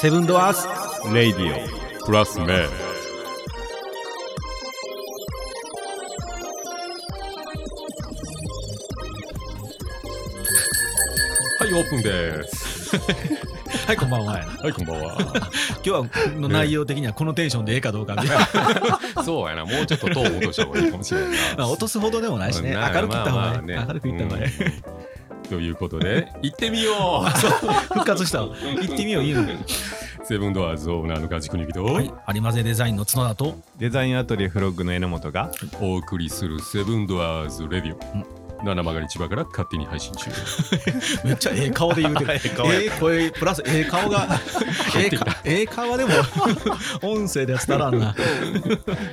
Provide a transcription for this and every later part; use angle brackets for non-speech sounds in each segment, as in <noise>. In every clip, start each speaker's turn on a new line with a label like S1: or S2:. S1: セブンドアース
S2: レイディオプラスメンはいオープンです
S1: はいこんばんは
S2: はいこんばんは
S1: 今日はの内容的にはこのテンションでええかどうかみたいな、
S2: <laughs> そうやなもうちょっとトーン落とした方がいいかもしれない
S1: まあ
S2: な
S1: 落とすほどでもないしね
S2: な
S1: 明るくいった方
S2: まあま
S1: が
S2: あ
S1: ね明るくいった方がね
S2: うんということで行ってみよう
S1: 復活したわ <laughs> 行ってみよう言うの
S2: セブンドアーズオーナーのガチクニキと
S1: はい有馬勢デザインの角田と
S3: デザインアトリエフロッグの榎本が
S2: お送りするセブンドアーズレディオ七曲り千葉から勝手に配信中
S1: めっちゃええ顔で言う <laughs> てるええ声プラスええ顔 <laughs> がええかええ顔はでも <laughs> 音声では伝わらんな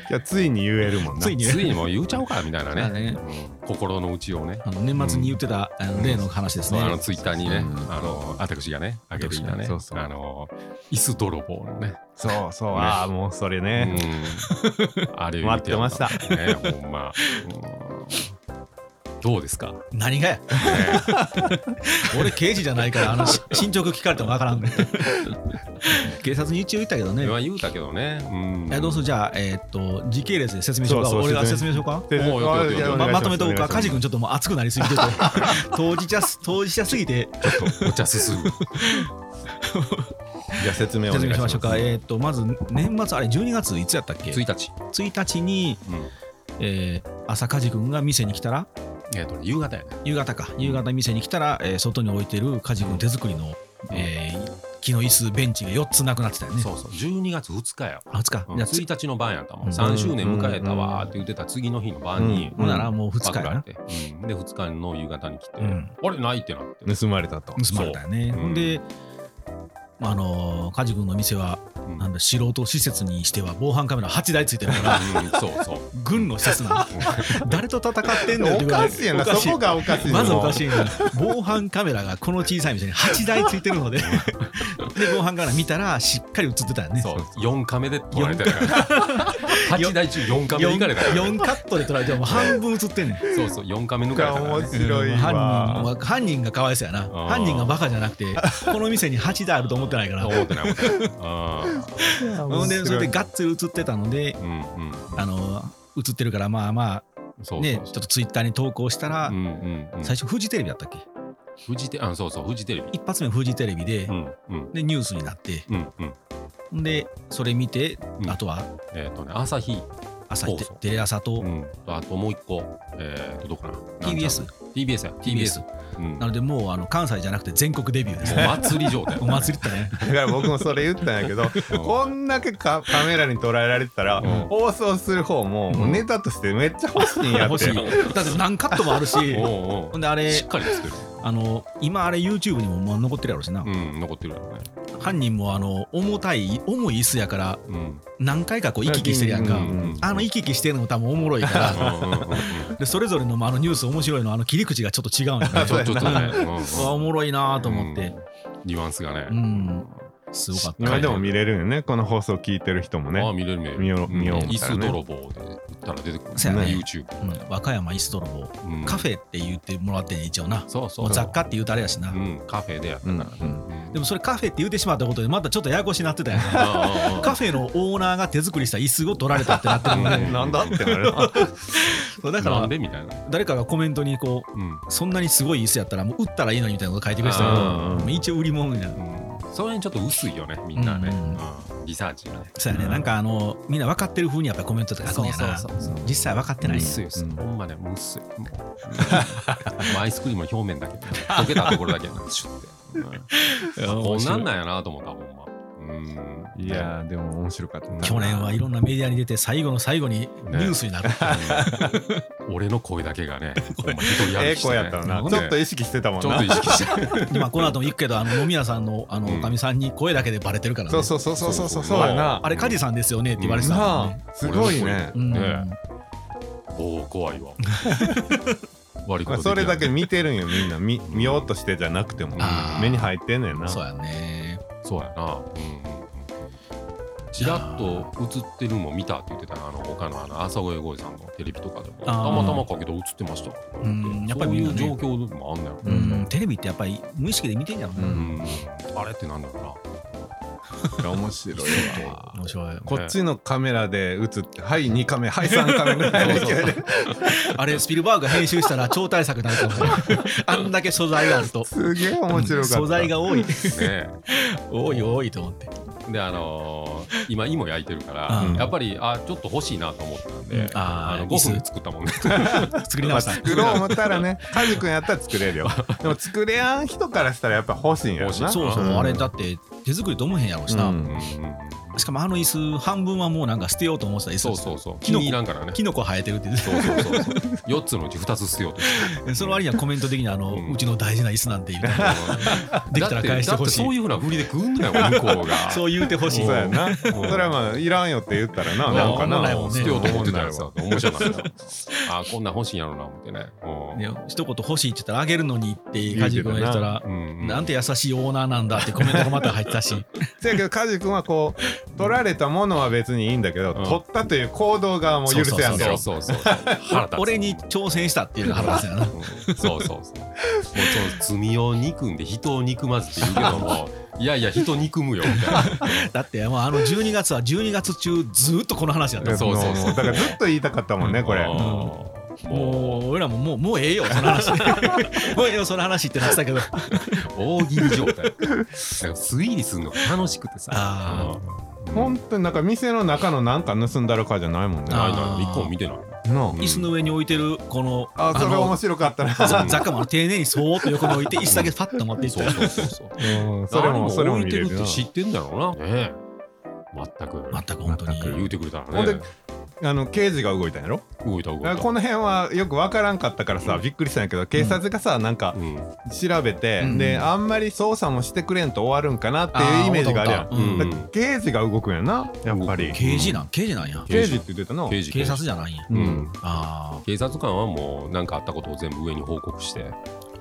S3: じゃついに言えるもんな
S1: ついに
S2: ついにもう言うちゃおうかみたいな
S1: まあ
S2: ね
S1: ね
S2: うん心の内をね
S1: あの年末に言ってた、あの例の話です
S2: そう
S1: ね、
S2: あのツイッターにね、
S3: うん
S2: あの私がね、あげていたね、
S3: そうそう
S2: あの椅子泥棒のね、
S3: そうそう、
S2: ね
S3: ああもうそれね、
S1: <laughs>
S2: うんあれ
S3: 待ってました
S2: 見てよかったね、ほんま。うんどうで
S1: <laughs>
S2: すか、ね
S1: 何がや俺刑事じゃないからあ <laughs> のし進捗聞かれてもわ <laughs> からん警察に一応言ったけどね
S2: まあ言うたけどね、うん
S1: えどうするじゃあ、えーっと時系列で説明しようか
S3: そうそう
S1: 俺が
S3: 説
S1: 説
S3: 明
S1: 明しようか
S3: で
S2: もうよくよくよく
S3: じゃあお
S1: まま
S3: 願いします
S1: とめとこうか梶君ちょっともう熱くなりすぎてて当事者す当事者すぎて
S2: ちょっとお茶進む。
S3: じゃあ説明お願
S1: 説
S3: いし
S1: 明し
S3: ま
S1: まし
S3: す
S1: ょうかえーっとまず年末あれ12月いつやったっけ
S2: 1日、
S1: 1日に、
S2: うん
S1: えー朝梶君が店に来たら
S2: えっとね夕方やね。
S1: 夕方か夕方店に来たら、えー外に置いてる梶君手作りの、えー木の椅子ベンチが4つなくなってたよね
S2: そうそう、12月2日や。
S1: あ2日、
S2: うん
S1: じゃあ次
S2: 1日の晩やったも
S1: うん
S2: ん、3周年迎えたわーって言ってた次の日の晩に、
S3: うん
S1: ほんならもう2日や
S2: パ
S1: な
S2: クられてうんで、2日の夕方に来て、
S1: うん
S2: あれ、ないってなって。
S3: 盗まれたと
S1: 盗まれたよね
S2: そう
S1: ほんで、あのー梶君の店は
S2: うん
S1: なんだ素人施設にしては防犯カメラ8台ついてるから
S2: <laughs> うんそうそう。
S1: 軍の施設なの誰と戦ってんだよって
S3: お
S1: ぐら
S3: かしいやな
S1: おか
S3: そこがおかしい
S1: まずおかし
S3: い
S1: いな防犯カメラがこの小さい店に8台ついてるのでで防犯カメラ見たらしっかり映ってたよね
S2: そう、4カメで撮られてるから。8台中4カメで行かれたから。
S1: 4カットで撮られてもう半分映ってんねん
S2: そうそう、4カメ抜かれたから
S3: 面
S2: ね。
S3: 白い
S1: 犯人
S3: わ
S1: は犯人がかわいそうやな
S2: ー
S1: 犯人がバカじゃなくてこの店に8台あると思ってないから
S2: 思ってない思ってない。あ
S1: ほんでそれで
S3: ガ
S1: がっつり映ってたので
S2: ーうんうんうん。
S1: あの映ってるからまあま
S2: そ
S1: あ
S2: うそう
S1: ね
S2: そ
S1: ち
S2: う
S1: ょっとツイッターに投稿したら
S2: うんうんうん。
S1: 最初フジテレビだったっけ
S2: フジテあそうそう、フジテレビ。
S1: 一発目フジテレビで
S2: うんうん
S1: でニュースになって
S2: うんうん。
S1: でそれ見て
S2: うん
S1: あとは
S2: えっとね、朝日、
S1: 朝
S2: そう
S1: テ
S2: そう
S1: テレ朝と
S2: うん。あともう一個、えっと、どこかな。
S1: TBS。
S2: TBS や。TBS。うん。
S1: な
S2: もう
S1: のでもうあの関西じゃなくて全国デビューですね。
S2: 祭り状態
S1: <laughs> お祭りって
S2: <laughs>
S1: ね
S3: だから僕もそれ言ったんやけどこんだけカカメラに捉えられてたら、
S2: うん
S3: 放送する方も,、
S2: ん
S3: もうネタとしてめっちゃ欲しいんや
S1: 欲
S3: っ
S1: しい
S3: て
S1: だって何カットもあるし
S2: <laughs> おうお
S1: ほんであ
S2: う。し
S1: れ
S2: っかり作る。
S1: あの今あれ YouTube にももう残ってるやろうしな
S2: うん、残ってるやろね。
S1: 犯人もあの重たい重い椅子やから
S3: <laughs>
S2: うん。
S1: 何回かこう行き来してるやんか
S3: うんうんうん
S1: あの行き来してるのも多分おもろいから
S2: うんうんうんうん
S1: でそれぞれのまああのニュース面白いのあの切り口がちょっと違うんよ
S2: <laughs>
S1: ね
S2: ちょちょっとね。うんうん
S1: うわおもろいなと思って
S2: ニュアンスがね。
S1: うんすごかった
S3: 今でも見れるよねこの放送聞いてる人も
S2: ああ、
S3: ね
S2: 見れる見れる。
S3: 見よう見よう
S2: うん
S3: み
S2: 椅
S3: たい
S2: 子
S3: なね
S2: 泥棒で打ったら出てくる。
S1: そう
S3: やね
S2: YouTube。
S1: うん和歌山椅子泥棒
S2: うん
S1: カフェって言ってもらってんね一応な
S2: そうそ
S1: も
S2: う。
S1: う雑貨って言うとあれやしな
S2: うん、カフェでやったからね
S3: うん
S1: でもそれカフェって言うてしまったことでまたちょっとややこしになってたやん
S2: ああ
S1: カフェのオーナーが手作りした椅子を取られたってなってるんで
S3: <laughs> なんだってなる
S1: そうだか
S2: な
S1: ら
S2: んでみたいな。
S1: 誰かがコメントにこう
S2: うん。
S1: そんなにすごい椅子やったらもう売ったらいいのにみたいなこと書いてくれてたけ
S2: あ
S1: ど
S3: ー
S1: もう一応売り物じゃん
S2: うんそれにちょっと薄いよね、みんなね。
S1: う
S2: うんんリサーチがね。
S1: そうやね、なんかあのみんな分かってる風にやっぱりコメントとか書くんやな
S2: そうそうそうそう
S1: 実際分かってない
S2: 薄い薄い。
S3: うん
S2: ほんまね、もう薄い。 <laughs> もうアイスクリームの表面
S3: <laughs>
S2: だけ。溶けたところだけやな、シュッて。うんこんなんなんやなと思った、ほんま。うん
S3: いやーでも面白かったな
S1: 去年はいろんなメディアに出て最後の最後にニュースになる、
S2: 俺の声だけがね、ほんま一人歩
S3: ええ
S2: きして
S3: 子
S2: ね
S3: やったな、
S2: ほん
S3: ち
S2: で
S3: ょっと意識してたもん
S2: ちょっ
S3: な
S2: と意識して。
S1: まあこの後も行くけどあの飲み屋さんのあ
S2: う
S1: の
S2: ん
S1: おかみさんに声だけでバレてるからね、
S3: そうそうそうそうそうそう
S2: そう
S3: やな
S1: あれ梶さんですよねって言われてたもん
S3: な
S1: ね、
S3: あすごいね
S1: うん
S2: ねおお怖い
S3: <laughs>
S2: わ悪い
S3: ま
S2: こ
S3: あ
S2: と
S3: それだけ
S2: 見
S3: 見てるんよみんな見見ようとしてじゃなくても
S1: あー
S3: 目に入ってんねんな
S1: そうやね
S2: そうやなうんうんうんちらっと映ってるも見たって言ってたなあの他のあの朝声声さんのテレビとかでもた
S1: あー
S2: またまかけど映ってました
S1: うんやっぱり
S2: そう
S1: みん
S2: い
S1: な
S2: う
S1: ね
S2: 状況でもあんねやろ
S1: うんテレビってやっぱり無意識で見てんじゃろうな、
S3: う
S2: うんんあれってなんだろ
S3: いや面白いわ
S1: 面白い。
S3: こっちのカメラで映ってはい2カメはい3カメぐらいの勢いで
S1: あれ、スピルバーグが編集したら超大作になると思う。あんだけ素材があると。
S3: すげえ面白かった
S1: 素材が多い。
S2: ね
S1: 多い多いと思って。
S2: であのー今芋焼いてるから、
S1: うん
S2: やっぱりあちょっと欲しいなと思ったんで、
S1: うんあー
S2: あの
S1: いいっす
S2: 5分作った
S1: <laughs>
S2: もんね
S1: 作り直した。
S3: 作ろう思ったらねカジ君やったら作れるよでも作れやん人からしたらやっぱ欲しいんやろな
S2: 欲しい
S1: そうそう、
S3: ん
S1: あれだって手作りと思えへんやろうし
S3: う
S1: な。
S2: うん
S3: ん
S1: しかもあの椅子、半分はもうなんか捨てようと思ってた椅子。
S2: そうそうそう
S1: キ
S2: 気
S1: ノコ
S2: に入らんからね
S1: キノコ生えてるって言って
S2: そうそうそうそう4つのうち2つ捨てようとして
S1: た。その割にはコメント的にあの、
S2: うん
S1: うちの大事な椅子なんて言うたら
S2: <laughs>
S1: できた
S2: だっ
S1: ら
S2: て
S1: 返してほ
S2: だって
S1: しい
S2: そう。いうふうな振りで食うんだよ向こうが
S1: <laughs> そう言うてほしい
S3: そう。やなそ
S2: ん
S3: れはまあいらんよって言ったらな
S1: うん
S3: なんか
S1: あんま
S3: な
S1: ないもんね
S2: 捨てようと思ってたやつだと面白
S1: <laughs>
S2: かったあこんなん欲しいんやろうな思ってねうん
S1: ね、一言欲しいって言ったらあげるのにってカジ君が言ったら
S2: う、ん
S1: なんて優しいオーナーなんだってコメントがまた入ってたし
S3: せやけどカジ君はこう取られたものは別にいいんだけど、
S2: うん
S3: 取ったという行動がもう許せやん
S2: そ
S3: と
S2: うそうそう <laughs> 腹立
S1: <laughs>
S2: つ
S1: 俺に挑戦したっていうのが腹立つ
S2: <laughs>
S1: よな
S2: うんそうそうそう。もうその罪を憎んで人を憎まずって言うけども、いやいや人憎むよみたいな。
S1: だってもうあの12月は12月中ずーっとこの話やった
S2: うそうそうそう
S3: もだからずっと言いたかった
S1: <laughs>
S3: もんねこれ
S2: うん
S1: も
S2: も
S1: う俺らももうもうええよその
S2: <laughs>
S1: 話もうええよその話ってなってたけど
S2: う大喜利状態。なんか推理するのが楽しくてさ
S1: あ。
S2: うん
S3: 本当になんか店の中のなんか盗んだろかじゃないもんね
S2: な
S3: ない
S1: あ
S2: ない。一個も見てない。
S3: あ
S1: 椅子の上に置いてるこの
S3: あそれ面
S1: の
S3: 白かったな
S1: ざ雑貨もあの丁寧にそーっと横に置いて椅子だけパッと持っていっ
S2: そう
S1: て
S2: そうそうそう。
S3: うんそれもそれも
S2: 置い
S3: 見
S2: て
S3: れ
S2: るっ
S3: る
S2: て
S3: な
S2: 知ってんだろうな。ねえ。全く。
S1: 全く本当
S2: 言
S1: に
S2: うてくれた
S3: ほ
S2: ら
S3: んで
S2: ね。
S3: あの刑事が動いたんやろ
S2: 動いた動い
S3: だから
S2: た。
S3: この辺はよくわからんかったからさびっくりしたんやけど警察がさなんか
S2: うん。
S3: 調べて、
S1: うん
S3: であんまり捜査もしてくれんと終わるんかなっていうイメージがあるや
S1: ー
S3: ん
S1: 思った思った
S2: うん
S3: だから刑事が動くんやなやっぱり
S1: うん刑事なん刑事なんや
S3: 刑事って言ってたな
S2: 刑事
S1: 警察じゃないんや
S3: う
S2: うんん。
S1: あ
S2: 警察官はもう何かあったことを全部上に報告して、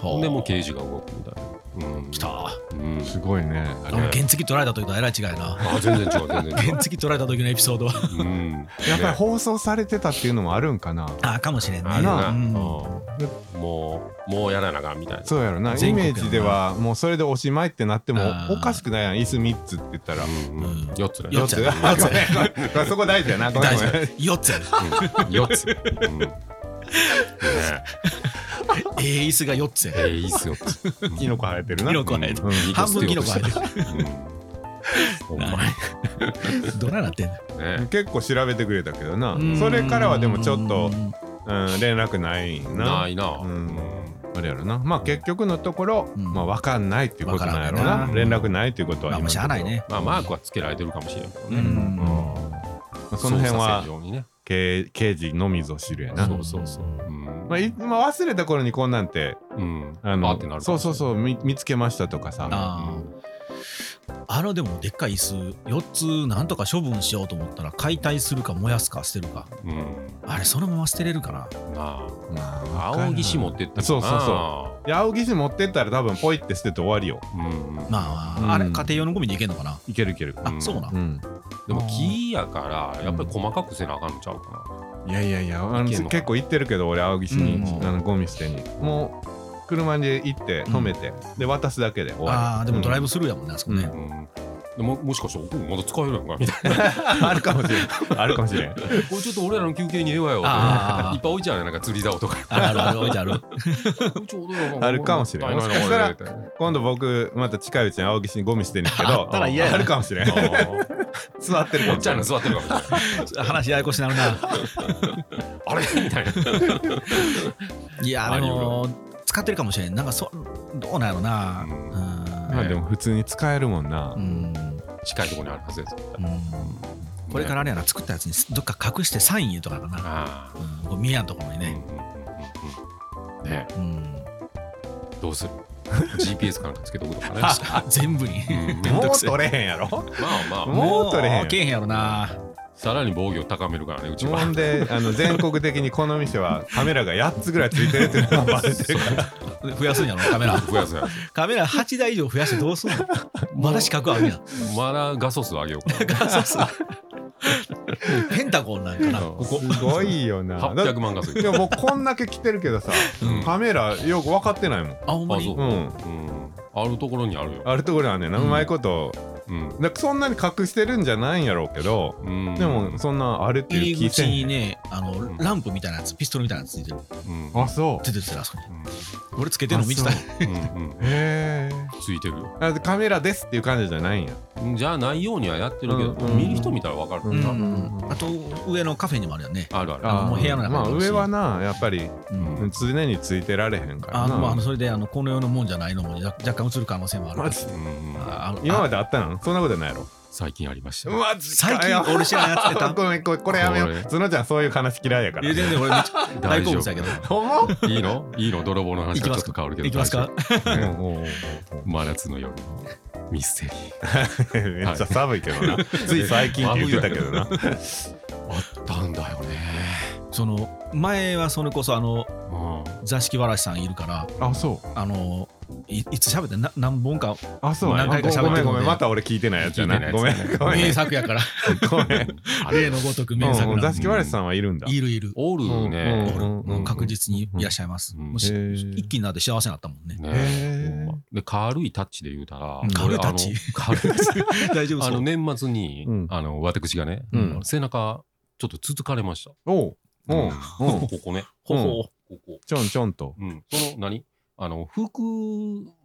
S1: あ
S2: でも
S1: 事
S2: う刑事が動くみたいな。うん。
S1: 来たあ
S2: うん。
S3: すごいね
S2: あ
S1: の
S2: れ
S1: 原付取られた時とはえらい違いな
S2: あ全然違う全然
S1: <laughs>
S2: 違う
S1: 原付取られた時のエピソードは
S2: うん
S3: やっぱり放送されてたっていうのもあるんかな
S1: ああかもしれんね
S2: あるな、
S1: う
S2: うんん、もうもうやらなあかんみたいな
S3: そうやろなイ
S1: 全国
S3: メ
S1: の
S3: ージではもうそれでおしまいってなっても
S1: あー
S3: おかしくないやん椅子3つって言 <laughs> ったら
S2: うん
S1: うん
S2: 4つね
S1: 四
S3: 4
S1: つ
S3: つ
S1: や
S3: あごめんごめんそこ大事やなごめん
S1: 大
S3: ご
S1: 事
S3: めん
S1: 4つやで
S2: 4つ、うん、ね
S1: ええ椅子が4つや
S3: <laughs>
S2: ええいいっすよ
S3: キノコ生えてるな
S1: キノコ生えて
S3: うん
S1: 半分キノコ入って
S2: るお前ね
S1: どないなってんの
S3: 結構調べてくれたけどなそれからはでもちょっとうん連絡ないな
S2: ないな、
S3: う
S2: うんん
S3: あれやろなまあ結局のところ
S1: うん
S3: まあ分かんないっていうことなんやろ
S1: わから
S3: なん
S1: ね
S3: 連絡ないっていうことは
S1: まあまあしゃあないね
S2: まあマークはつけられてるかもしれんけど
S1: う
S2: ね、
S1: ん
S3: 今のところその辺
S2: 操
S3: は
S2: 作線上にね
S3: 刑刑事のみぞ知るやな
S2: そうそうそううん
S3: まあいまあ忘れた頃にこんなんて
S2: うん
S3: あ
S2: あ
S3: の
S2: ってなるか
S3: そ
S2: も
S3: う
S2: し
S3: そ
S2: れ
S3: うんそうみ見つけましたとかさ
S1: あああのでもでっかい椅子4つなんとか処分しようと思ったら解体するか燃やすか捨てるか
S2: うん
S1: あれそのまま捨てれるかな
S2: な
S3: まあ
S2: あ
S3: わからん
S2: 青岸持ってったかな
S3: そうそうそいや青岸持ってったら多分ポイって捨てて終わりよ
S2: うんうん
S1: まあ、
S3: うん
S1: あれ家庭用のゴミでいけんのかない
S3: けるいける
S1: あ、
S2: うん
S1: そうなん
S3: うん
S2: でも木やからやっぱり細かくせなあかんのちゃうか
S3: いやいやいやあの
S2: いけんの
S3: 結構行ってるけど俺青岸に、
S1: うん
S3: あのゴミ捨てにもう車で行って止めて、で渡すだけで終わ
S1: ああでもドライブスルーやもんねあそこね、
S3: う
S2: な、うん、でももしかしたら僕もまだ使えるやんかみたい
S3: りあるかもしれんあるかもしれん
S2: な <laughs> これちょっと俺らの休憩にええわよ
S1: あー
S2: いっぱい置いちゃうやんなんか釣り竿とか
S1: あるあるある置いてある
S2: ちょうどよ
S3: あるかもしれん
S2: もったい
S3: もしかした
S2: な
S3: ら
S2: いなこれ
S3: 今度僕また近いうちに青岸にゴミ捨てに行くけど
S1: あったら嫌やな
S3: あるかもしれん座ってる
S2: お
S3: か
S2: っ
S3: もし
S2: ちゃ
S3: れ
S2: ん
S3: ん
S2: の座ってるかもしれない
S1: <laughs> 話ややこしなるな
S2: あれみたいな
S1: いや
S2: まあ
S1: でも使ってるかもしれんなんかそどうなんやろな
S2: うん
S3: まあでも普通に使えるもんな、
S1: うん、うん
S2: 近いところにあるはずです
S1: うんこれからあれやな作ったやつにどっか隠してサイン言うとかかな、
S2: あ
S1: うん、こう見えやんところに
S2: あ
S1: ね、
S2: ね
S1: うん
S2: どうする GPS かなんかつけとくとかね
S1: <laughs> 全部に
S2: うんま
S3: もう取れへんやろ
S2: あまあ
S3: もう取れへん
S1: もうけえへんやろな
S2: さらに防御を高めるからねうちは
S3: ほんであの全国的にこの店はカメラが8つぐらいついてるっていうのがバレてるから
S1: 増やすんやろカメ <laughs> ラ
S2: 増やすやつ
S1: カメラ8台以上増やしてどうすんのまだ資格あるやん
S2: まだ画素数上げようかな
S1: ペンタゴンなんかなここ
S3: すごいよ <laughs> なだ
S2: 800万画素
S3: でも僕こんだけ来てるけどさ、
S2: うん
S3: カメラよく分かってないも
S1: あ
S3: ん
S1: ほんまに
S2: あそう
S3: うん
S2: うんあるところにあるよ。
S3: あるところはねなう
S1: うん
S3: まいこと
S2: うん
S3: だからそんなに隠してるんじゃないんやろうけど、
S2: うん
S3: でもそんなあれって
S1: 入
S3: いう聞
S1: り
S3: いて
S1: 口
S3: ん
S1: にね、あの、ランプみたいなやつ、ピストルみたいなやつついてる。
S2: うん
S3: あそ
S1: 出てる、あそこに。
S2: うん
S1: 俺つけてるの見てた
S3: あ。
S2: うんうん
S3: うへえ
S2: ついてるよ
S3: あカメラですっていう感じじゃないんや
S2: じゃあないようにはやってるけど、
S3: うんうん
S2: 見る人見たらわかる、
S1: う
S3: うん
S1: ん。あと、上のカフェにもあるよね。
S2: あるある
S1: あ
S3: ー
S1: もう部屋の中に
S3: まあ上はなやっぱり
S1: うん
S2: うん
S3: 常についてられへんから
S1: あ
S3: な
S1: の、まああの、それで、あの、この世のもんじゃないのも、若若干映る可能性もある。
S3: マジ
S2: うんうん
S1: ああ
S3: 今まであったのそんなことないやろ
S2: 最近ありました
S3: マジ
S1: 最近俺知らんやつってた
S3: <laughs> ごめんこれこれやめよ
S2: こ
S3: う
S2: れ
S3: 角ちゃんそういう話嫌いやか
S1: いや
S3: ら
S1: 全然俺めっちゃ大
S2: 大
S1: 好
S2: 丈
S1: 物やけど。
S2: 夫
S3: ほんま
S2: いいのいいの泥棒の話
S1: いき
S2: が
S1: ま
S2: ちょ
S1: す
S2: っと変わるけど
S1: いきますか
S2: 大丈夫
S3: おうおうおう
S2: 真夏の夜のミステリー
S3: めっちゃ寒いけどな、つい最近って言ってたけど
S1: <laughs>
S2: <laughs>
S3: な
S2: あったんだよね
S1: その前はそれこそあの
S2: うん
S1: 座敷わらしさんいるから
S3: あそう
S1: あのいいつ喋ってな何本か
S3: あそう
S1: 何回か喋ってる
S3: ごめん
S1: の
S3: ごめ
S1: で
S3: んまた俺聞いてないやつやな
S2: 聞いて
S3: ご
S2: な
S3: め
S2: いやつ
S3: んごめん
S1: 名作やから
S2: <laughs>
S3: ごめん
S2: あれ
S1: 例のごとく名
S3: う
S1: 作
S3: ん
S1: な
S3: 座
S1: んで
S3: 敷わらしさんはいるんだ
S1: いるいる
S2: おるね
S3: うんうんうん
S1: 確実にいらっしゃいます
S2: うん
S1: もうし
S3: へー
S1: 一気になって幸せになったもんね
S2: ね
S3: へー
S2: ほんまで軽いタッチで言うたら
S1: うん
S2: 俺あの
S1: 軽い
S2: 軽いタッチ
S1: <laughs>
S3: <laughs>
S1: 大丈夫
S2: あ
S1: そ
S2: の
S1: う
S2: 年末に
S3: うん
S2: あの私がね
S3: うん
S2: 背中ちょっとつつかれました
S3: おうおうおう
S2: <laughs> ここね
S1: ほ
S3: うん
S1: ほ
S2: ここ
S3: ちょんちょんと
S2: うん、その何あの服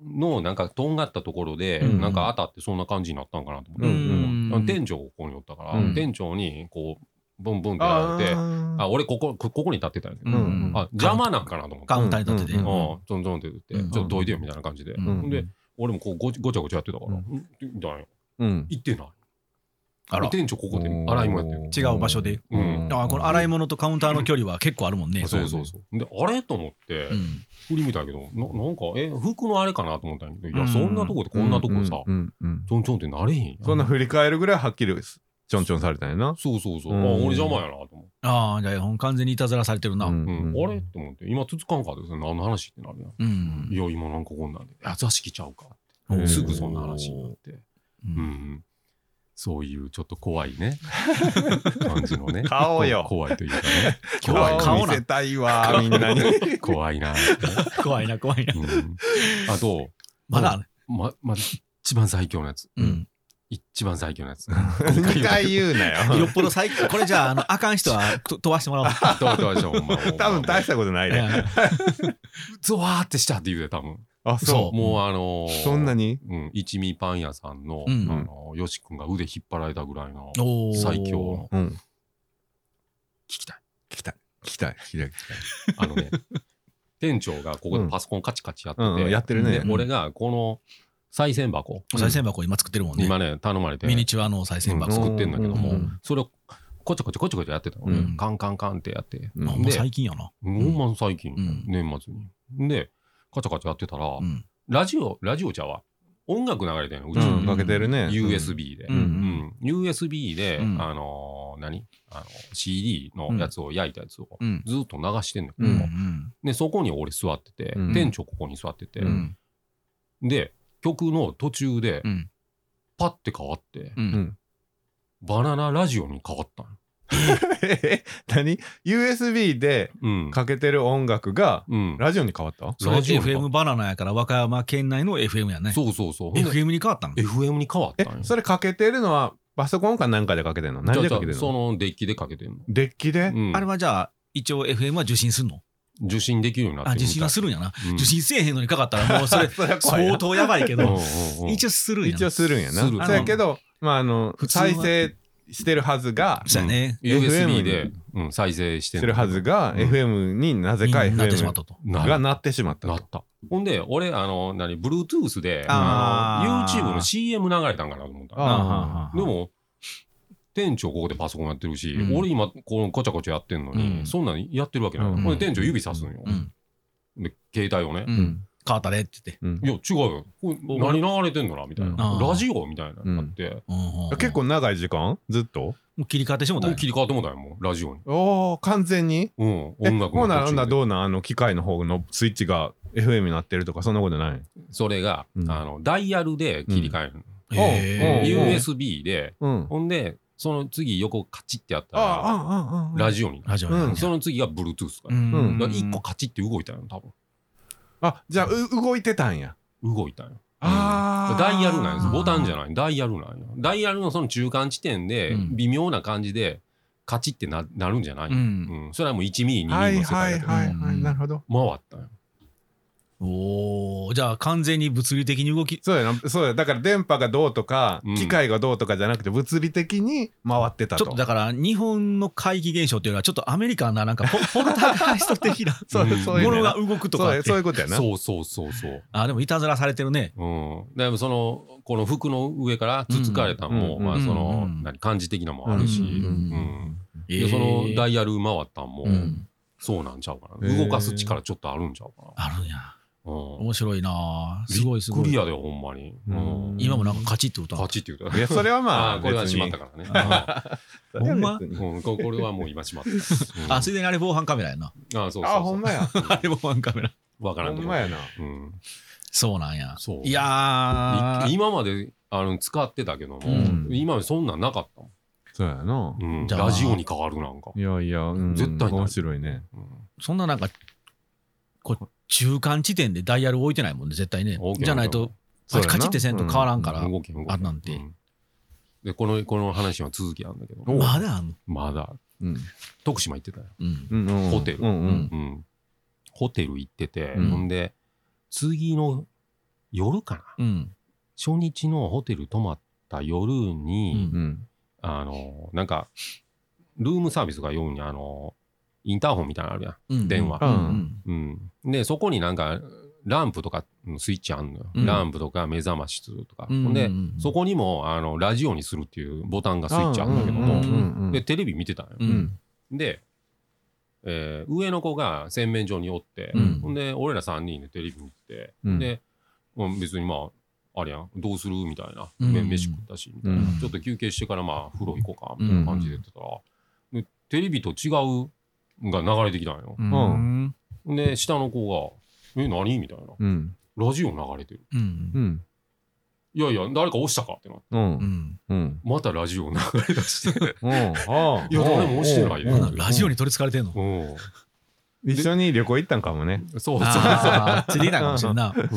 S2: のなんかとんがったところで、
S1: うん
S2: なんか当たってそんな感じになったんかなと思
S1: う
S2: っ
S3: うん
S2: て、
S1: ん
S2: あの店長がここにおったから、
S3: うん
S2: 店長にこうブンブンってやられてあ
S3: あ
S2: 俺こここここに立ってたんやけど、
S1: うん
S2: あ邪魔なんかなと思って。
S1: カウンターに立ってて
S3: うん
S2: う、
S3: うん
S2: ゾンゾンって言って、
S1: うん
S2: ちょっとどいてよみたいな感じで、
S1: うん
S2: で俺もこうごちごちゃごちゃやってたから、
S1: う
S2: うんん、みたいな
S3: うん
S2: 行ってない
S1: あら
S2: 店長ここで洗い物やって
S1: 違う場所で
S2: うん
S1: あこの洗い
S3: 物
S1: 物とカウンターの距離は結構あるもんね
S2: るそうそうそうであれと思って、
S1: うん
S2: 振り見たけどななんかえ服のあれかなと思ったんやけどいや、
S1: うん
S2: そんなとこでこんなとこさ、ちょんちょんってなれへんやん。
S3: そんな振り返るぐらいはっきりちょんちょんされたんやな
S2: そうそうそう。
S3: うん
S2: あ、俺邪魔やなと思って。
S1: ああじゃあほん完全にいたずらされてるな
S3: う
S1: うん
S2: うん。あれと思って、今、つつかんかですよ。何の話ってなるや
S1: ん
S2: ん。いや、今なんかこんなんで。あ、座敷ちゃうか。
S3: うん
S2: すぐそんな話になって。
S1: う
S2: うんん。そういうちょっと怖いね。感じのね。
S3: 顔よ
S2: こ怖いと
S3: <laughs>
S2: いうかね。怖い。
S3: 顔
S1: 顔
S3: 顔
S1: な
S3: 見せたいわみんなに <laughs>
S2: 怖いな。
S1: 怖いな怖いな
S2: うんあと、
S1: まだある
S2: ま、ま、一番最強のやつ。
S1: うん
S2: 一番最強のやつ。
S3: 2回言う
S1: よ
S3: なよ
S1: っぽど最高。これじゃあ、あの、あかん人は <laughs> と飛ばしてもらおう。
S2: どうどうでしょう、ほんま。
S3: <laughs> 多分大したことないね
S2: ゾワーってしたって言うで、多分。
S3: あ
S1: そ
S3: そ
S2: もうあの
S3: う
S2: ー
S3: そんなに
S2: うん、一味パン屋さんの、
S1: うん
S2: あのよし君が腕引っ張られたぐらいの聞
S1: おー
S2: 最強の。
S3: うん
S2: きたい
S3: 聞きたい聞きたい聞きたい
S2: あのね <laughs> 店長がここでパソコンカチカチやってて、
S3: うんうんやってるね
S2: で俺がこの賽銭箱、
S1: お賽銭箱今作ってるもんね。
S2: 今ね頼まれて
S1: ミニチュアのお賽銭
S2: うん
S1: 箱。
S2: 作ってんだけども、
S1: うんうん
S2: それをこちょこちょこちょこちょやってたの、
S3: うん
S2: カンカンカンってやって、
S3: うん
S1: あもう最近やな。
S2: ほんま最近、
S1: うん
S2: 年末にでカチャカチャやってたら、
S1: うん。
S2: ラジオラジオちゃうわ音楽流れてんのうち
S3: う
S2: に、
S3: んかけてるね
S2: USB で、
S1: う。
S3: うん
S2: うん、USB で、
S1: うん
S2: あのー何あの CD のやつを焼いたやつを
S1: うん。
S2: ずっと流してんのよ、
S1: うん。
S2: でそこに俺座ってて、
S3: うん
S2: 店長ここに座ってて、
S1: う。
S3: うん
S2: で曲の途中で
S1: うん。
S2: パッて変わって、
S1: う。
S3: うんん
S2: バナナラジオに変わったの
S3: え何 ?USB で
S2: うん
S3: かけてる音楽が
S2: うん
S3: ラジオに変わった
S1: それ
S2: ラジオに変
S1: FM バナナやから和歌山県内の FM やね。
S2: そうそうそうほんで
S1: FM に変わったの
S2: FM に変わっ
S3: え
S2: たんよ
S3: それかけてるのはパソコンか何かでかけてんの何
S2: じ
S3: で
S2: ゃ
S3: か
S2: あ
S3: け
S2: じ
S3: て
S2: ゃあ
S3: ん
S2: そ
S3: の
S2: のデッキでかけてんの、
S3: デッキで、
S2: うん
S1: あれはじゃあ、一応 FM は受信するの
S2: 受信できるようになって
S1: あ、
S2: るみ
S1: 受
S2: たい
S1: 信はするんやな。
S2: うん
S1: 受信せえへんのにかかったらもうそれ
S3: それは <laughs> 怖い
S1: 相
S3: な
S1: 当やばいけ
S2: うんうん
S1: ど、
S2: うん
S1: 一応するんやな。
S3: 一応するんやな
S2: する
S3: そうやけどまああの
S1: 普通は
S3: 再生してるはずが
S1: そうやね。
S2: USB
S3: FM
S2: で、うん、再生して
S3: し
S2: ん
S3: て
S2: の
S3: るはずが
S2: うん
S3: FM になぜか
S1: になってしま
S3: FM
S1: ったと。
S2: なる
S3: がなってしまった
S2: なった。ほんで、俺、あの、何、Bluetooth で、
S1: あー
S2: あの YouTube の CM 流れたんかなと思った。
S3: あ
S2: でも、店長ここでパソコンやってるし、
S1: うん
S2: 俺今、このこちゃこちゃやってんのに、
S1: うん
S2: そんなんやってるわけない。
S3: うん
S2: ほんで、店長指さすんよ。
S1: うん。
S2: で、携帯をね
S1: う。
S3: うんん。
S1: 変わったねって言って。
S3: うん
S2: いや、違うよ。これ何流れてんのなみたいな
S1: う。ん
S2: ラジオみたいなのになって、
S1: うん
S3: 結構長い時間ずっと
S1: もう切り替えてしもたん
S2: もう
S1: や
S2: 切り替わってもうたよ、もう、ラジオに。
S3: おお完全に
S2: うん、
S3: え
S2: 音楽
S3: ほうならほんなら
S2: 途中
S3: どうなんあの機械の方のスイッチが FM になってるとかそんなことない
S2: でそれが、
S3: うん
S2: あの、ダイヤルで切り替えるの。
S1: へ
S3: うんうん
S2: USB で、
S3: うん
S2: ほんで、その次横カチッてやった
S3: ああ
S2: ら、
S3: あああ
S2: ラジオになる
S1: ラジオ
S3: うん
S1: や
S2: その次が Bluetooth か
S1: う
S2: ら。
S1: ん
S3: うん
S2: だから1個カチッて動いたんよ、多
S3: あじゃあう動いてたんや
S2: 分。動いたんよ。
S3: あー
S2: ダイヤルなんですボタンじゃないダイヤルなんよダイヤルのその中間地点で
S1: うん
S2: 微妙な感じでカチってななるんじゃない、
S1: う
S2: うん
S1: ん。
S2: それはもう1ミリ2ミ
S3: は
S2: リ
S3: い
S2: の世
S3: は
S2: 界
S3: い
S2: で
S1: は
S3: はいい
S1: は
S3: はいい、
S1: なる
S3: なるほど。
S2: 回ったんよ
S1: おお、じゃあ完全に物理的に動き。
S3: そうやな、そうや、だから電波がどうとか
S2: うん、
S3: 機械がどうとかじゃなくて、物理的に回ってた
S1: ちょ
S3: と。
S1: っとだから日本の怪奇現象っていうのはちょっとアメリカンななんかポポルターガイスト的な
S3: そう
S2: うん
S3: そういう
S1: もの
S3: の
S1: が
S3: やな
S1: 動くと
S3: そう
S1: かっ
S3: やそうい
S1: て
S3: うことやな。
S2: そうそうそうそう
S1: あでもいたずらされてるね
S2: うん、でもそのこの服の上からつつかれたのも、
S3: うん
S2: まあ
S1: うん
S2: その、
S1: うん
S2: 何感じ的なのもあるし、
S1: う
S2: うんん
S1: え
S2: で
S1: ー
S2: そのダイヤル回ったんも、
S1: うん
S2: そうなんちゃうかな、
S3: へー
S2: 動かす力ちょっとあるんちゃうかな、
S1: あるんや
S2: うん、
S1: 面白いなあすごいすご
S2: ク
S1: い
S2: リアだよほんまに、う
S3: うんん
S1: 今もなんかカチッって歌
S2: パチって言うた
S3: いや、それはま
S2: あ
S3: <laughs> あ、
S2: あこれは
S3: 別
S2: し
S3: に
S2: まったからねあ
S3: それは別に
S2: あうんここれはもう今しまった、うん
S1: あついでにあれ防犯カメラやな
S2: ああそうそうそう
S3: あ、ほんまや。
S1: あれ防犯カメラ
S2: わから
S3: ほ
S2: んけ
S3: ん
S2: ど
S3: まやな。
S2: うん、
S1: そうなんや
S2: そう
S1: いやー
S2: い今まであの使ってたけども、
S1: うん
S2: 今までそんなんなかったも
S3: そうやな。
S2: ん、うん、
S1: じゃあ
S2: ラジオに変わるなんか
S3: いやいや、うん
S2: 絶対ない
S3: 面白いね。
S1: そんななんかこう中間地点でダイヤル置いてないもんね絶対ね
S2: OK
S1: じゃないと
S3: そうやな
S1: カチッてせんと変わらんから、
S2: 動けん動け
S1: あなんて
S2: うんでこのこの話は続きあるんだけど
S3: お
S1: まだあんの
S2: まだ
S3: うん
S2: 徳島行ってたよ、
S1: うん
S3: うんうん
S2: ホテル
S3: うんうん
S2: うん、ホテル行ってて、
S3: うん
S2: ほんで次の夜かな
S1: うん
S2: 初日のホテル泊まった夜に、
S1: うん
S3: うん
S2: あのなんかルームサービスがようにあのインターホンみたいなのあるやん
S1: うん
S2: 電話
S1: うんうん
S2: うん、でそこになんかランプとかのスイッチあんのよ、
S1: うん
S2: ランプとか目覚ましとか、
S1: うん
S2: ほんで、
S1: うんうんうん
S2: そこにもあのラジオにするっていうボタンがスイッチあるんだけども、
S1: うんうん
S3: うん
S2: でテレビ見てたんよ、
S1: う
S3: うんん
S2: で、えー上の子が洗面所におって、
S1: うん
S2: ほんで俺ら3人でテレビ見てて、
S3: うん
S2: で、うん、別にまああれやんどうするみたいな、
S1: うん
S2: め飯食ったしみたいな、
S1: うん
S2: ちょっと休憩してからまあ風呂行こうかみたいな感じで言ってたら、でテレビと違うのが流れてきたんよ、
S1: うん
S3: う
S2: で下の子が「え何?」みたいな
S3: うん
S2: 「ラジオ流れてる」
S1: うん
S3: うん
S2: 「いやいや誰か押したか」ってなって
S3: うんうん
S1: うん
S3: うん
S2: またラジオ流れ出して
S3: <laughs> うんああ
S2: いや誰も落ちてないよ
S1: なんだラジオに取りつかれてんの
S2: うん
S3: 一緒に旅行行ったんかもね
S2: そうそうそう
S1: あー釣りなんかもしれんな。
S2: うん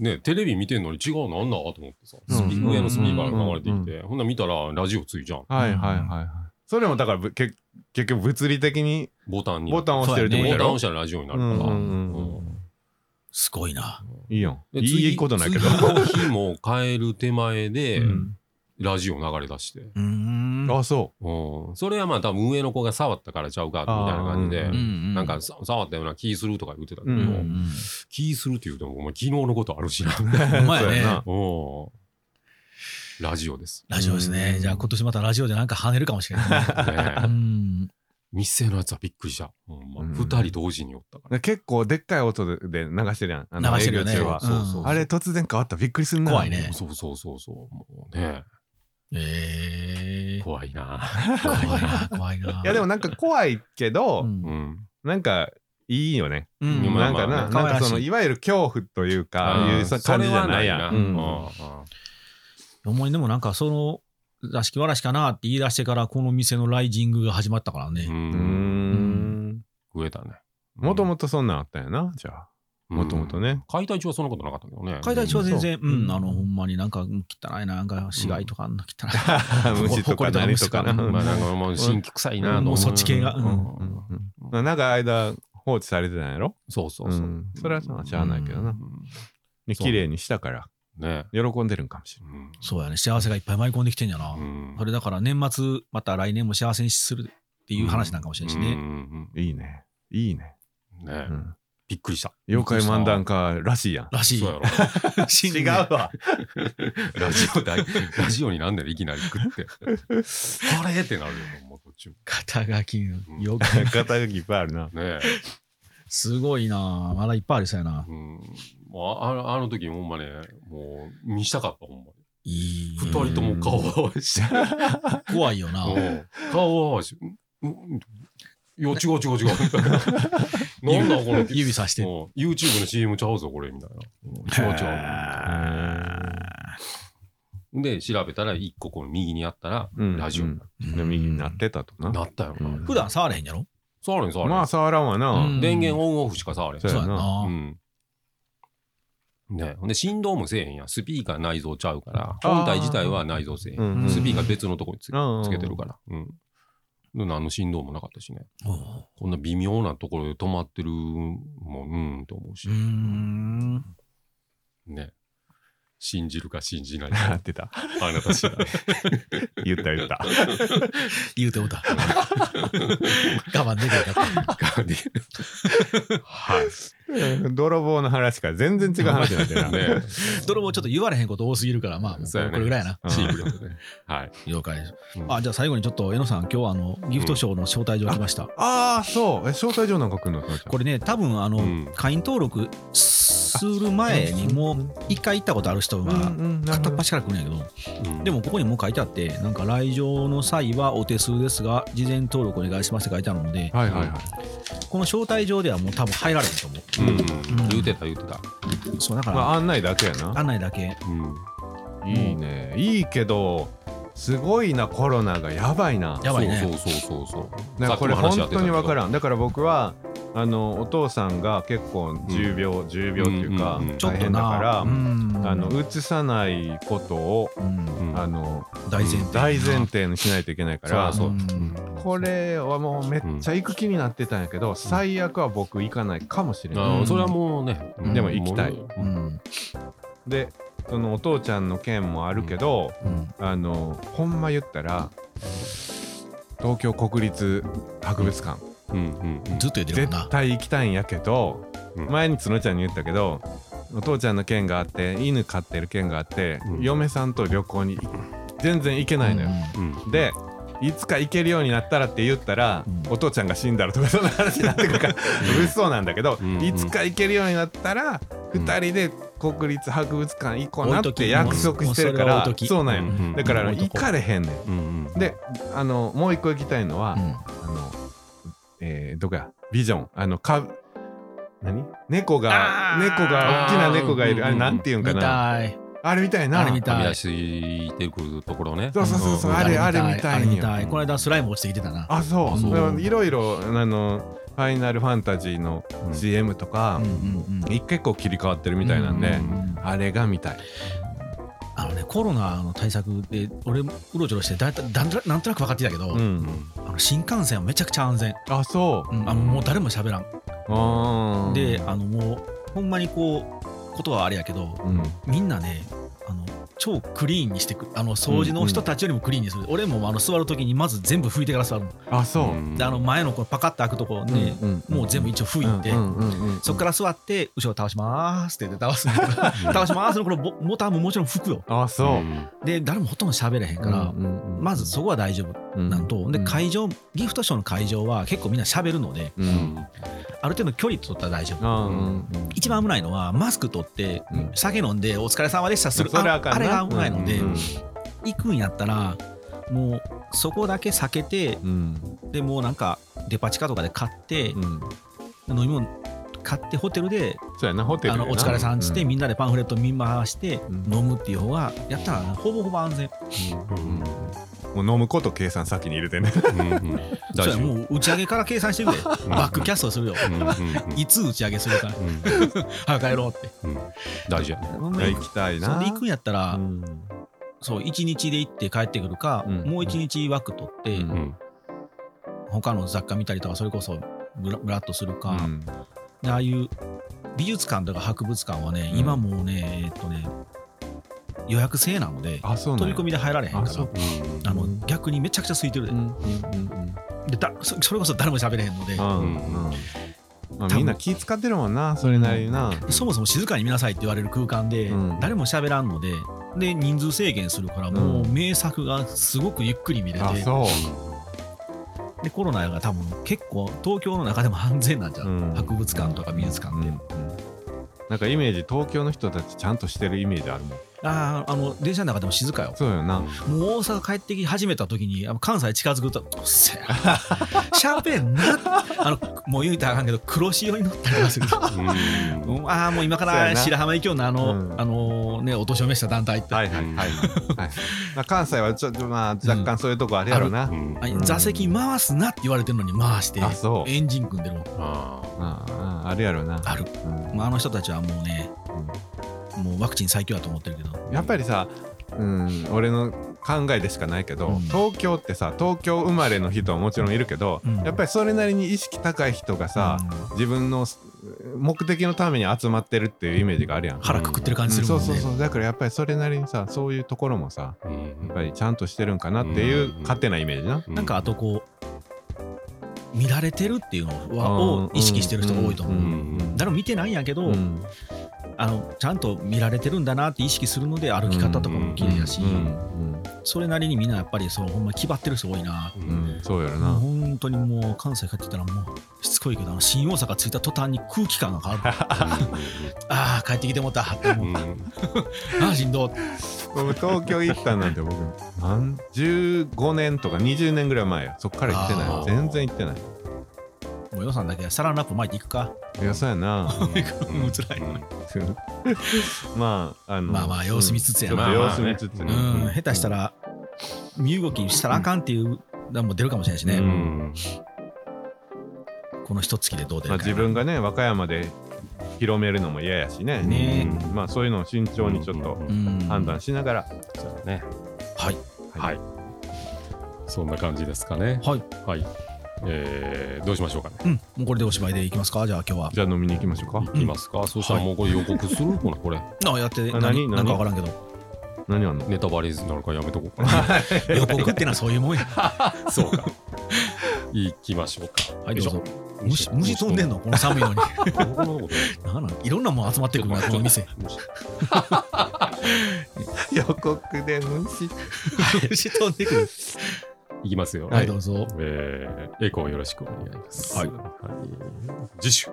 S2: ねテレビ見てんのに違うのあんなと思ってさ
S3: うん
S2: スピ上のスピーカーが流れて
S3: うん
S2: き
S3: うん
S2: てほんなら見たらラジオついじゃん
S3: はいはいはいはいそれもだからぶけ結局物理的に
S2: ボタンに
S3: ボタンを押してるって
S2: で
S3: こ
S2: ボ
S3: とや
S2: タン
S3: ろ
S2: 押したらラジオになる
S3: うん
S2: から
S3: うんうん
S2: うん
S1: すごいな。
S3: いいやん
S2: で
S3: いいことないけど
S2: 次の日も帰る手前で
S3: うん
S2: ラジオ流れ出して
S1: うーん。
S3: あそ
S2: うんそれはまあ多分上の子が触ったからちゃうかみたいな感じ
S3: あー
S2: で
S3: う
S2: な
S1: なん
S2: か、さ触ったような気するとか言ってたけど、
S3: うん
S1: うん
S2: 気するって言うてもお前昨日のことあるしな
S1: ほんまや
S3: <laughs> そうや
S1: ね
S3: な。
S2: おうラジオです、
S1: ラジオですね。じゃあ今年またラジオでなんか跳ねるかもしれない
S2: <laughs>
S1: ね。
S2: ね
S1: うん
S2: 店のやつはびっくりしたほんま
S3: うん
S2: 二人同時におったか
S3: うで結構でっかい音で流してるやんあの
S1: 流してる
S3: 営
S1: よ
S3: 業
S1: ね
S3: 中は
S2: そうそうそううん
S3: あれ突然変わったらびっくりすんな
S1: 怖い
S2: ら、
S1: ね
S2: そうそうそうそうもうね
S1: ええ。
S2: 怖いな、
S1: 怖いな、怖いな。
S3: いやでもなんか怖いけ
S1: う
S3: ど
S1: ん、
S2: ん、
S3: なんかいいよね
S1: う
S2: うん
S1: ん
S2: ま
S3: な
S2: あ
S3: ん
S2: まあ
S3: かな、
S1: 可愛
S3: な
S1: らしい
S3: んかそのいわゆる恐怖というか、いうさ感じじゃないや
S2: そ
S3: ん。
S2: れ
S3: う
S2: は
S3: ん
S2: な
S1: 思いでもなんかその、座敷わらしかなって言い出してから、この店のライジングが始まったから
S2: う
S1: ね。
S2: ん
S3: うーん
S2: 増えたね
S3: もともとそんなんあったんやな、じゃあ。もとも
S2: <laughs>
S3: とね。
S2: 解体中はそんなことなかったけどね
S1: 解体中は全然、
S3: う
S1: うんん、あの、ほんまになんか汚いな、なんか死骸とかあんな汚い。 <laughs>
S3: 虫とか何とかな。
S1: ほこりとか虫とか
S2: まあなんかもう新規臭いなと思
S1: もうそっち系が
S2: うん
S1: うん
S3: うん長い間放置されてたんやろ
S2: そうそうそう、
S3: うんそれはさしゃあないけどな
S2: うん
S3: で
S2: そう
S3: 綺麗にしたから、
S2: ね
S3: 喜んでるんかもしれ
S2: うん
S1: そうやね、幸せがいっぱい舞い込んできてんやな。
S2: うん
S1: それだから年末、また来年も幸せにするっていう話なんかもしれんし
S2: うん
S1: ね。
S2: うん
S3: ない。いいね。いいね。
S2: うんねえ
S3: うん
S2: びっくりした。
S3: 妖怪漫談家らしいやん。
S1: らしい。
S2: そうやろ。
S1: <laughs> 新年
S3: わ。
S2: ラジオだい、 <laughs> ラジオになんだよ、いきなり食って。あれってなるよ、ほんまこっちも。
S1: 肩書きの
S2: うん
S1: 妖怪。
S3: <laughs> 肩書きいっぱいあるな。
S2: ねえ。
S1: すごいなまだいっぱいありそうやな。
S2: うん。もうああのあの時ほんまね、もう見したかった、ほんまに。
S1: いい。
S2: 二人とも顔を合わせて。
S1: 怖いよな。
S2: うん顔を合わせて。うんうんいや、違う違う違う。なんだこの。
S1: 指さして
S2: うん YouTube の CM ちゃうぞ、これ、みたいな。違う違う。で、調べたら、一個この右にあったら、
S3: うん
S2: ラジオ
S3: う
S2: に
S3: んで右になってたとな。
S2: なったよ
S3: う
S2: な。
S3: ん
S1: 普段触れへんやろ
S2: 触れん、触れん。
S3: まあ触らんわ
S1: う
S3: な。
S1: ん
S2: 電源オンオフしか触れん
S3: そ。う
S1: そう
S3: や
S1: や
S3: な
S1: な
S2: う。ん。ね、ほんで振動もせえへんやんスピーカー内蔵ちゃうから本体自体は内蔵せえへん、
S3: うん
S1: うん
S2: スピーカー別のとこにつ,、
S3: うん
S2: つけてるから、うん、で何の振動もなかったしね
S1: お
S2: こんな微妙なところで止まってるもんうんと思うし
S1: うー、ん
S2: ね信じるか信じない
S3: な
S2: か
S3: <laughs> ってた
S2: あなた次第
S3: 言った言った
S1: 言うてもうた <laughs> 我慢できなかった
S2: はい
S3: 泥棒の話から全然違う話になってるな、
S2: ね
S1: 泥棒ちょっと言われへんこと多すぎるからまあもうこ
S2: そう
S1: れ
S2: や
S1: こ
S2: ね
S1: れぐらいやな
S3: うん
S2: チーム力ねはい
S1: 了解です
S2: うん
S1: あじゃあ最後にちょっと江野さん今日はあのギフトショーの招待状来ました、
S3: ああそうえ招待状なんか来るの
S1: これね多分あの、
S2: うん
S1: 会員登録する前にもう一回行ったことある人が片っ端から来るんやけど、
S2: うん
S1: でもここにもう書いてあってなんか来場の際はお手数ですが事前登録お願いしますって書いてあるので
S3: はいはいはい
S1: この招待状ではもう多分入られへんと思
S2: うんうん
S1: うん
S2: 言うてた言うてた
S1: うそうだか
S3: ま
S1: ら
S3: あ案内だけやな
S1: 案内だけ
S2: うん
S3: いいねいいけどすごいなコロナがやばいな
S1: やばいね
S2: そうそうそうそうそう
S3: なんかこれ
S2: さっきも話し合
S3: 本
S2: ってた
S3: 当
S2: け
S3: に
S2: ど
S3: 分からんだから僕はあのお父さんが結構10秒、10秒っていうか、
S2: うんうんうん
S1: ちょっ
S3: 大
S1: と
S3: 変だ
S1: な
S3: から、
S1: うん
S3: あの移さないことを、
S1: うん
S2: うん
S3: あの
S1: 大前提
S3: 大前提にしないといけないから
S2: そう
S1: うん
S3: これはもうめっちゃ行く気になってたんやけど、最悪は僕行かないかもしれない、
S2: あーそれはもうね、
S1: うんでも
S3: 行きたい
S2: も
S1: う
S2: ううん
S1: ん
S3: でそのお父ちゃんの件もあるけど、
S1: うん
S3: あのほんま言ったら東京国立博物館
S2: うんうんうん
S1: ずっと言ってるもんな
S3: 絶対行きたいんやけど、
S2: うん
S3: 前に角ちゃんに言ったけどお父ちゃんの件があって犬飼ってる件があって、
S2: うん
S3: 嫁さんと旅行に全然行けないのよ、
S2: うん
S3: でいつか行けるようになったらって言ったら、
S1: うん
S3: お父ちゃんが死んだらとかそんな話になってくるから物騒なんだけど、
S2: うん
S3: いつか行けるようになったら
S2: うん
S3: 2人で国立博物館行こうなっ
S1: 置いと
S3: て
S1: き
S3: 約束してるか
S1: もうそれ
S3: ら
S1: は置いとき
S3: そうなんよ、
S2: うん
S3: だからあの
S1: 置い
S3: 行
S1: とこう
S3: かれへんねん
S2: うんうん
S3: であのもう一個行きたいのは、
S1: うん
S3: あの、えー、どこや、ビジョン、あの、か、何猫が、猫が、大
S2: あー
S3: きな猫がいる、あ
S2: うんうん
S3: れ、
S2: うん
S3: なんていうんか
S1: 見
S3: な。
S1: たい
S3: あれみたいな。
S1: あれみたい
S2: はみ出してくるところね
S3: そうそうそうそう、
S2: んん
S3: あれ、
S1: あ
S3: あ
S1: れ
S3: れ
S1: 見たいあ
S3: みたい
S1: れ見
S3: に。
S1: たいこの間スライム落ちてきてたな
S3: あ、そ
S2: あ
S3: う。
S2: そう
S3: だからいろいろ、あの、ファイナルファンタジーの
S2: うん
S3: CM とか
S1: うん、うんうん
S3: い結構切り替わってるみたいなんで、
S1: うん
S3: あれが見たい。
S1: あのねコロナの対策で俺もうろちょろしてだいたいなんとなんとなく分かってきたけど、
S3: うん。
S1: あの新幹線はめちゃくちゃ安全、
S3: あ、そ
S1: うんあのもう誰も喋らん、
S3: う。あー
S1: で、あのもうほんまにこうことはあれやけど
S3: うん。
S1: みんなねあの超クリーンにしてくあの掃除の人たちよりもクリーンにする、俺もあの座る時にまず全部拭いてから座るの、
S3: あ、そう。
S2: ん
S1: であの前のこうパカッと開くとこ
S3: うん
S1: ね、
S3: ん
S1: もう全部一応拭いて、
S3: うんうんうんうん
S1: そっから座って後ろ倒しますって言って倒す
S3: <laughs>
S1: 倒しますのこのボボタンももちろん拭くよ
S3: あ、そう。
S2: ん
S1: で誰もほとんど喋れへんから、
S3: うんうん
S1: まずそこは大丈夫
S3: うん
S1: なんと、で
S3: うん
S1: 会場ギフトショーの会場は結構みんな喋るので
S3: う
S2: うんん
S1: ある程度距離取ったら大丈夫
S3: あーうん
S1: 一番危ないのはマスク取って
S3: うん
S1: 酒飲んで「お疲れ様でした」する
S3: それは
S1: あ
S3: あかんな
S1: あれが危ないので
S3: うん
S1: 行くんやったらもうそこだけ避けて
S3: うん
S1: でもうなんかデパ地下とかで買って
S3: うんうん
S1: 飲み物買ってホテルで
S3: そうやな
S1: 「
S3: ホテ
S1: あ
S3: ルでな
S1: のお疲れさん」っつって
S3: うん
S1: みんなでパンフレット見回して
S3: うん
S1: 飲むっていう方がやったらほぼほぼ安全
S2: うん
S3: もう飲むこと計算先に入
S1: <laughs>
S3: れてね
S2: うんうん
S1: そう
S2: 大丈
S1: や
S2: 夫
S1: もう打ち上げから計算してく
S3: <laughs>
S1: れバックキャストするよ
S2: うんうんうん
S1: いつ打ち上げするか
S2: うん
S1: 早く帰ろうって
S2: うん大事やね
S1: ほんまに
S3: 行きたい
S1: そ
S3: なん
S1: で行くんやったら、
S3: うん
S1: そう1日で行って帰ってくるか、
S3: うん
S1: もう1日枠取って、
S3: うん
S2: うん
S1: 他の雑貨見たりとかそれこそブラブラッとする
S3: う
S1: か、
S3: ん
S1: でああいう美術館とか博物館はね、
S3: うん
S1: 今もうねえーっとね予約制なので
S3: あそう
S1: 飛
S3: なん
S1: び
S3: や
S1: 込みで入られへんか
S3: あそ
S1: ら
S3: う
S1: あの
S3: うん
S1: 逆にめちゃくちゃ空いてるで,、
S3: うんうんうん
S1: でだそそれこそ誰も喋れへんので、
S3: うんうんまあみんな気使ってるもんなそれなりにな
S1: そもそも静かに見なさいって言われる空間で、
S3: うん
S1: 誰も喋らんのでで人数制限するからもううん名作がすごくゆっくり見れて、
S3: あそ
S1: でコロナが多分結構東京の中でも安全なんじゃん、
S3: うん
S1: 博物館とか美術
S3: う
S1: 館
S3: う
S1: っ
S3: ん
S1: て、
S3: うんなんかイメージ東京の人たちちゃんとしてるイメージあるもん
S1: あああの電車の中でも静かよ
S3: そうよな
S1: もう大阪帰ってき始めた時にあの関西近づくと「うっせえ <laughs> しゃべんな」あのもう言うたらあかんけど黒潮に乗ったりとかす
S3: <laughs>
S1: る
S2: うんうん
S1: うんああもう今か
S3: そうや
S1: ら
S3: な
S1: 白浜行きようなあの、
S3: うん
S1: あのねお年を召した団体って、
S3: はいはいはいはいまあ関西はちょっとまあ若干そういうとこあるやろな
S2: うん
S1: あ座席回すなって言われてるのに回して
S3: あそう
S1: エンジン組んでるもん
S2: あ
S3: あああるやろな
S1: ある、
S3: うん
S1: まあ、あの人たちはもうね、
S3: うん
S1: もうワクチン最強だと思ってるけど
S3: やっぱりさ、うん、俺の考えでしかないけど、
S1: うん
S3: 東京ってさ東京生まれの人はもちろんいるけど、
S1: うん
S3: やっぱりそれなりに意識高い人がさ、
S1: うん
S3: 自分のす目的のために集まってるっていうイメージがあるやん。
S1: 腹くくってる感じするも
S3: そうん
S1: ね、
S3: そうそうだからやっぱりそれなりにさそういうところもさ
S2: う
S3: やっ
S2: ん
S3: ぱりちゃんとしてるんかなっていう
S2: うん
S3: 勝手なイメージな。
S1: なんかあとこう見られてるっていうのはを意識してる人が多いと思う、
S2: ん
S1: 誰も見てないんやけど、
S3: うん
S1: あのちゃんと見られてるんだなって意識するので歩き方とかも綺麗やし、
S3: うん
S1: それなりにみんなやっぱりそうほんま気張ってる人多いな
S2: う
S3: うんんそうやろな。
S1: 本当にもう関西帰ってきたらもうしつこいけどあの新大阪着いた途端に空気感が変わるああ帰ってきてもうたって
S2: う
S1: 思うん
S2: うん
S1: ああしんど
S3: 僕東京行ったなんて僕なん15年とか20年ぐらい前やそっから行ってない
S1: あ
S3: わ
S2: ー
S3: 全然行ってない
S1: もう予算だけサランラップ巻いていくか
S3: いやそうやな <laughs>
S2: うん
S1: もう辛いな
S3: まああの
S1: まあまあ様子見つつやな
S3: うんちょっと様子見つつ
S2: まあ
S1: う
S2: まあ
S3: ね
S2: ね
S1: ん下手したら身動きしたらあかんっていうのも出るかもしれないしね、
S2: うん
S1: この一月でどう出
S3: まあ
S1: るかな
S3: 自分がね和歌山で広めるのも嫌やしね
S1: ね
S2: うん
S3: まあそういうのを慎重にちょっと
S1: うん
S3: 判断しながら
S2: そうね
S1: はい
S2: はいそんな感じですかね
S1: はい
S2: はいえーどうしましょうかね
S1: うんもうこれでおしまいでいきますかじゃあ今日は
S3: じゃあ飲みに行きましょうか
S2: いきますかそしたらもうこれ予告するこれこれ
S1: あやって
S3: あ
S1: 何
S3: 何
S1: なんか分からんけど
S3: 何あんの
S2: ネタバレになるからやめとこうかな
S1: <laughs> 予告ってのはそういうもんや
S2: そうかいきましょうか
S1: はいどうぞ
S2: よい
S1: 虫
S2: しょ
S1: 虫飛んでんのこの寒いのに
S2: 虫飛んでんの
S1: <laughs> なんなんいろんなもん集まってくるなこの店
S2: 虫
S3: 予告で虫
S1: 虫飛んでくる
S2: いきますよ
S1: はいどうぞ
S2: えー、エコーよろしくお願いします。
S1: はい
S2: はい次週、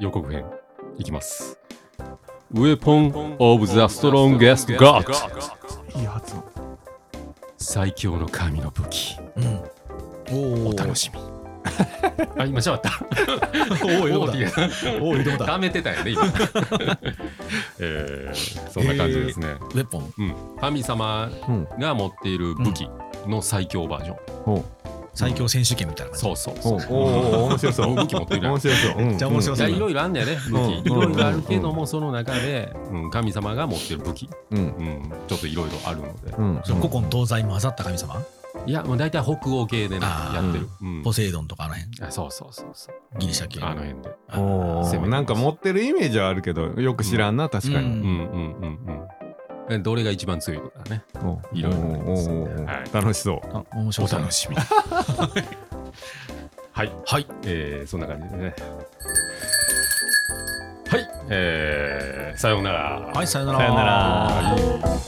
S2: 予告編、いきます。Weapon of the Strongest God
S3: いい発音
S2: 最強の神の武器、
S1: うんお
S2: お楽
S1: し
S2: しみ。あ、今しゃった。
S1: みおおよ
S2: <laughs> お
S1: うだ
S2: ーって言う
S1: おおようだ
S2: 溜めてたよね、今。 <laughs> えー、そんな感じですね。
S1: ウェポン
S2: うん、神様
S3: うん
S2: が持っている武器の最強バージョン。
S3: ほう
S1: 最強選手権みたいな感じ
S2: そうそう
S3: ほ
S2: そうう。
S3: おお面
S2: <laughs>
S3: 白そう
S2: 武器持ってるやん
S3: 面白そう
S1: めっちゃ面白
S2: い
S1: そ
S2: や
S1: う
S2: いろいろあんだよね、武器。い
S3: うん
S2: ろいろあるけども、その中で、うん、神様が持ってる武器、
S3: うん
S2: うん、ちょっといろいろあるので。
S3: うんうん
S1: それ古今東西混ざった神様
S2: いや、もう大体北欧系でね、
S1: あー
S2: やってる。うん
S1: ポセイドンとかあの辺
S2: あそうそうそうそう。
S1: ギリシャ系
S2: あの辺で。
S3: お
S2: 攻めてま
S3: ー
S2: す
S3: なんか持ってるイメージはあるけどよく知らんな確か
S1: う
S2: うんん
S3: に
S2: うんうんうんえ。どれが一番強いのかね。
S3: お
S2: いろいろあります
S3: おーおーおー
S2: はい
S3: 楽しそう
S1: あ面
S2: お
S1: 白そう
S2: 楽しみ。はい、
S1: はい
S2: えー、そんな感じでね。はい、えー、さようなら。
S1: はいさよな
S3: さような
S1: ら
S3: ら
S2: はい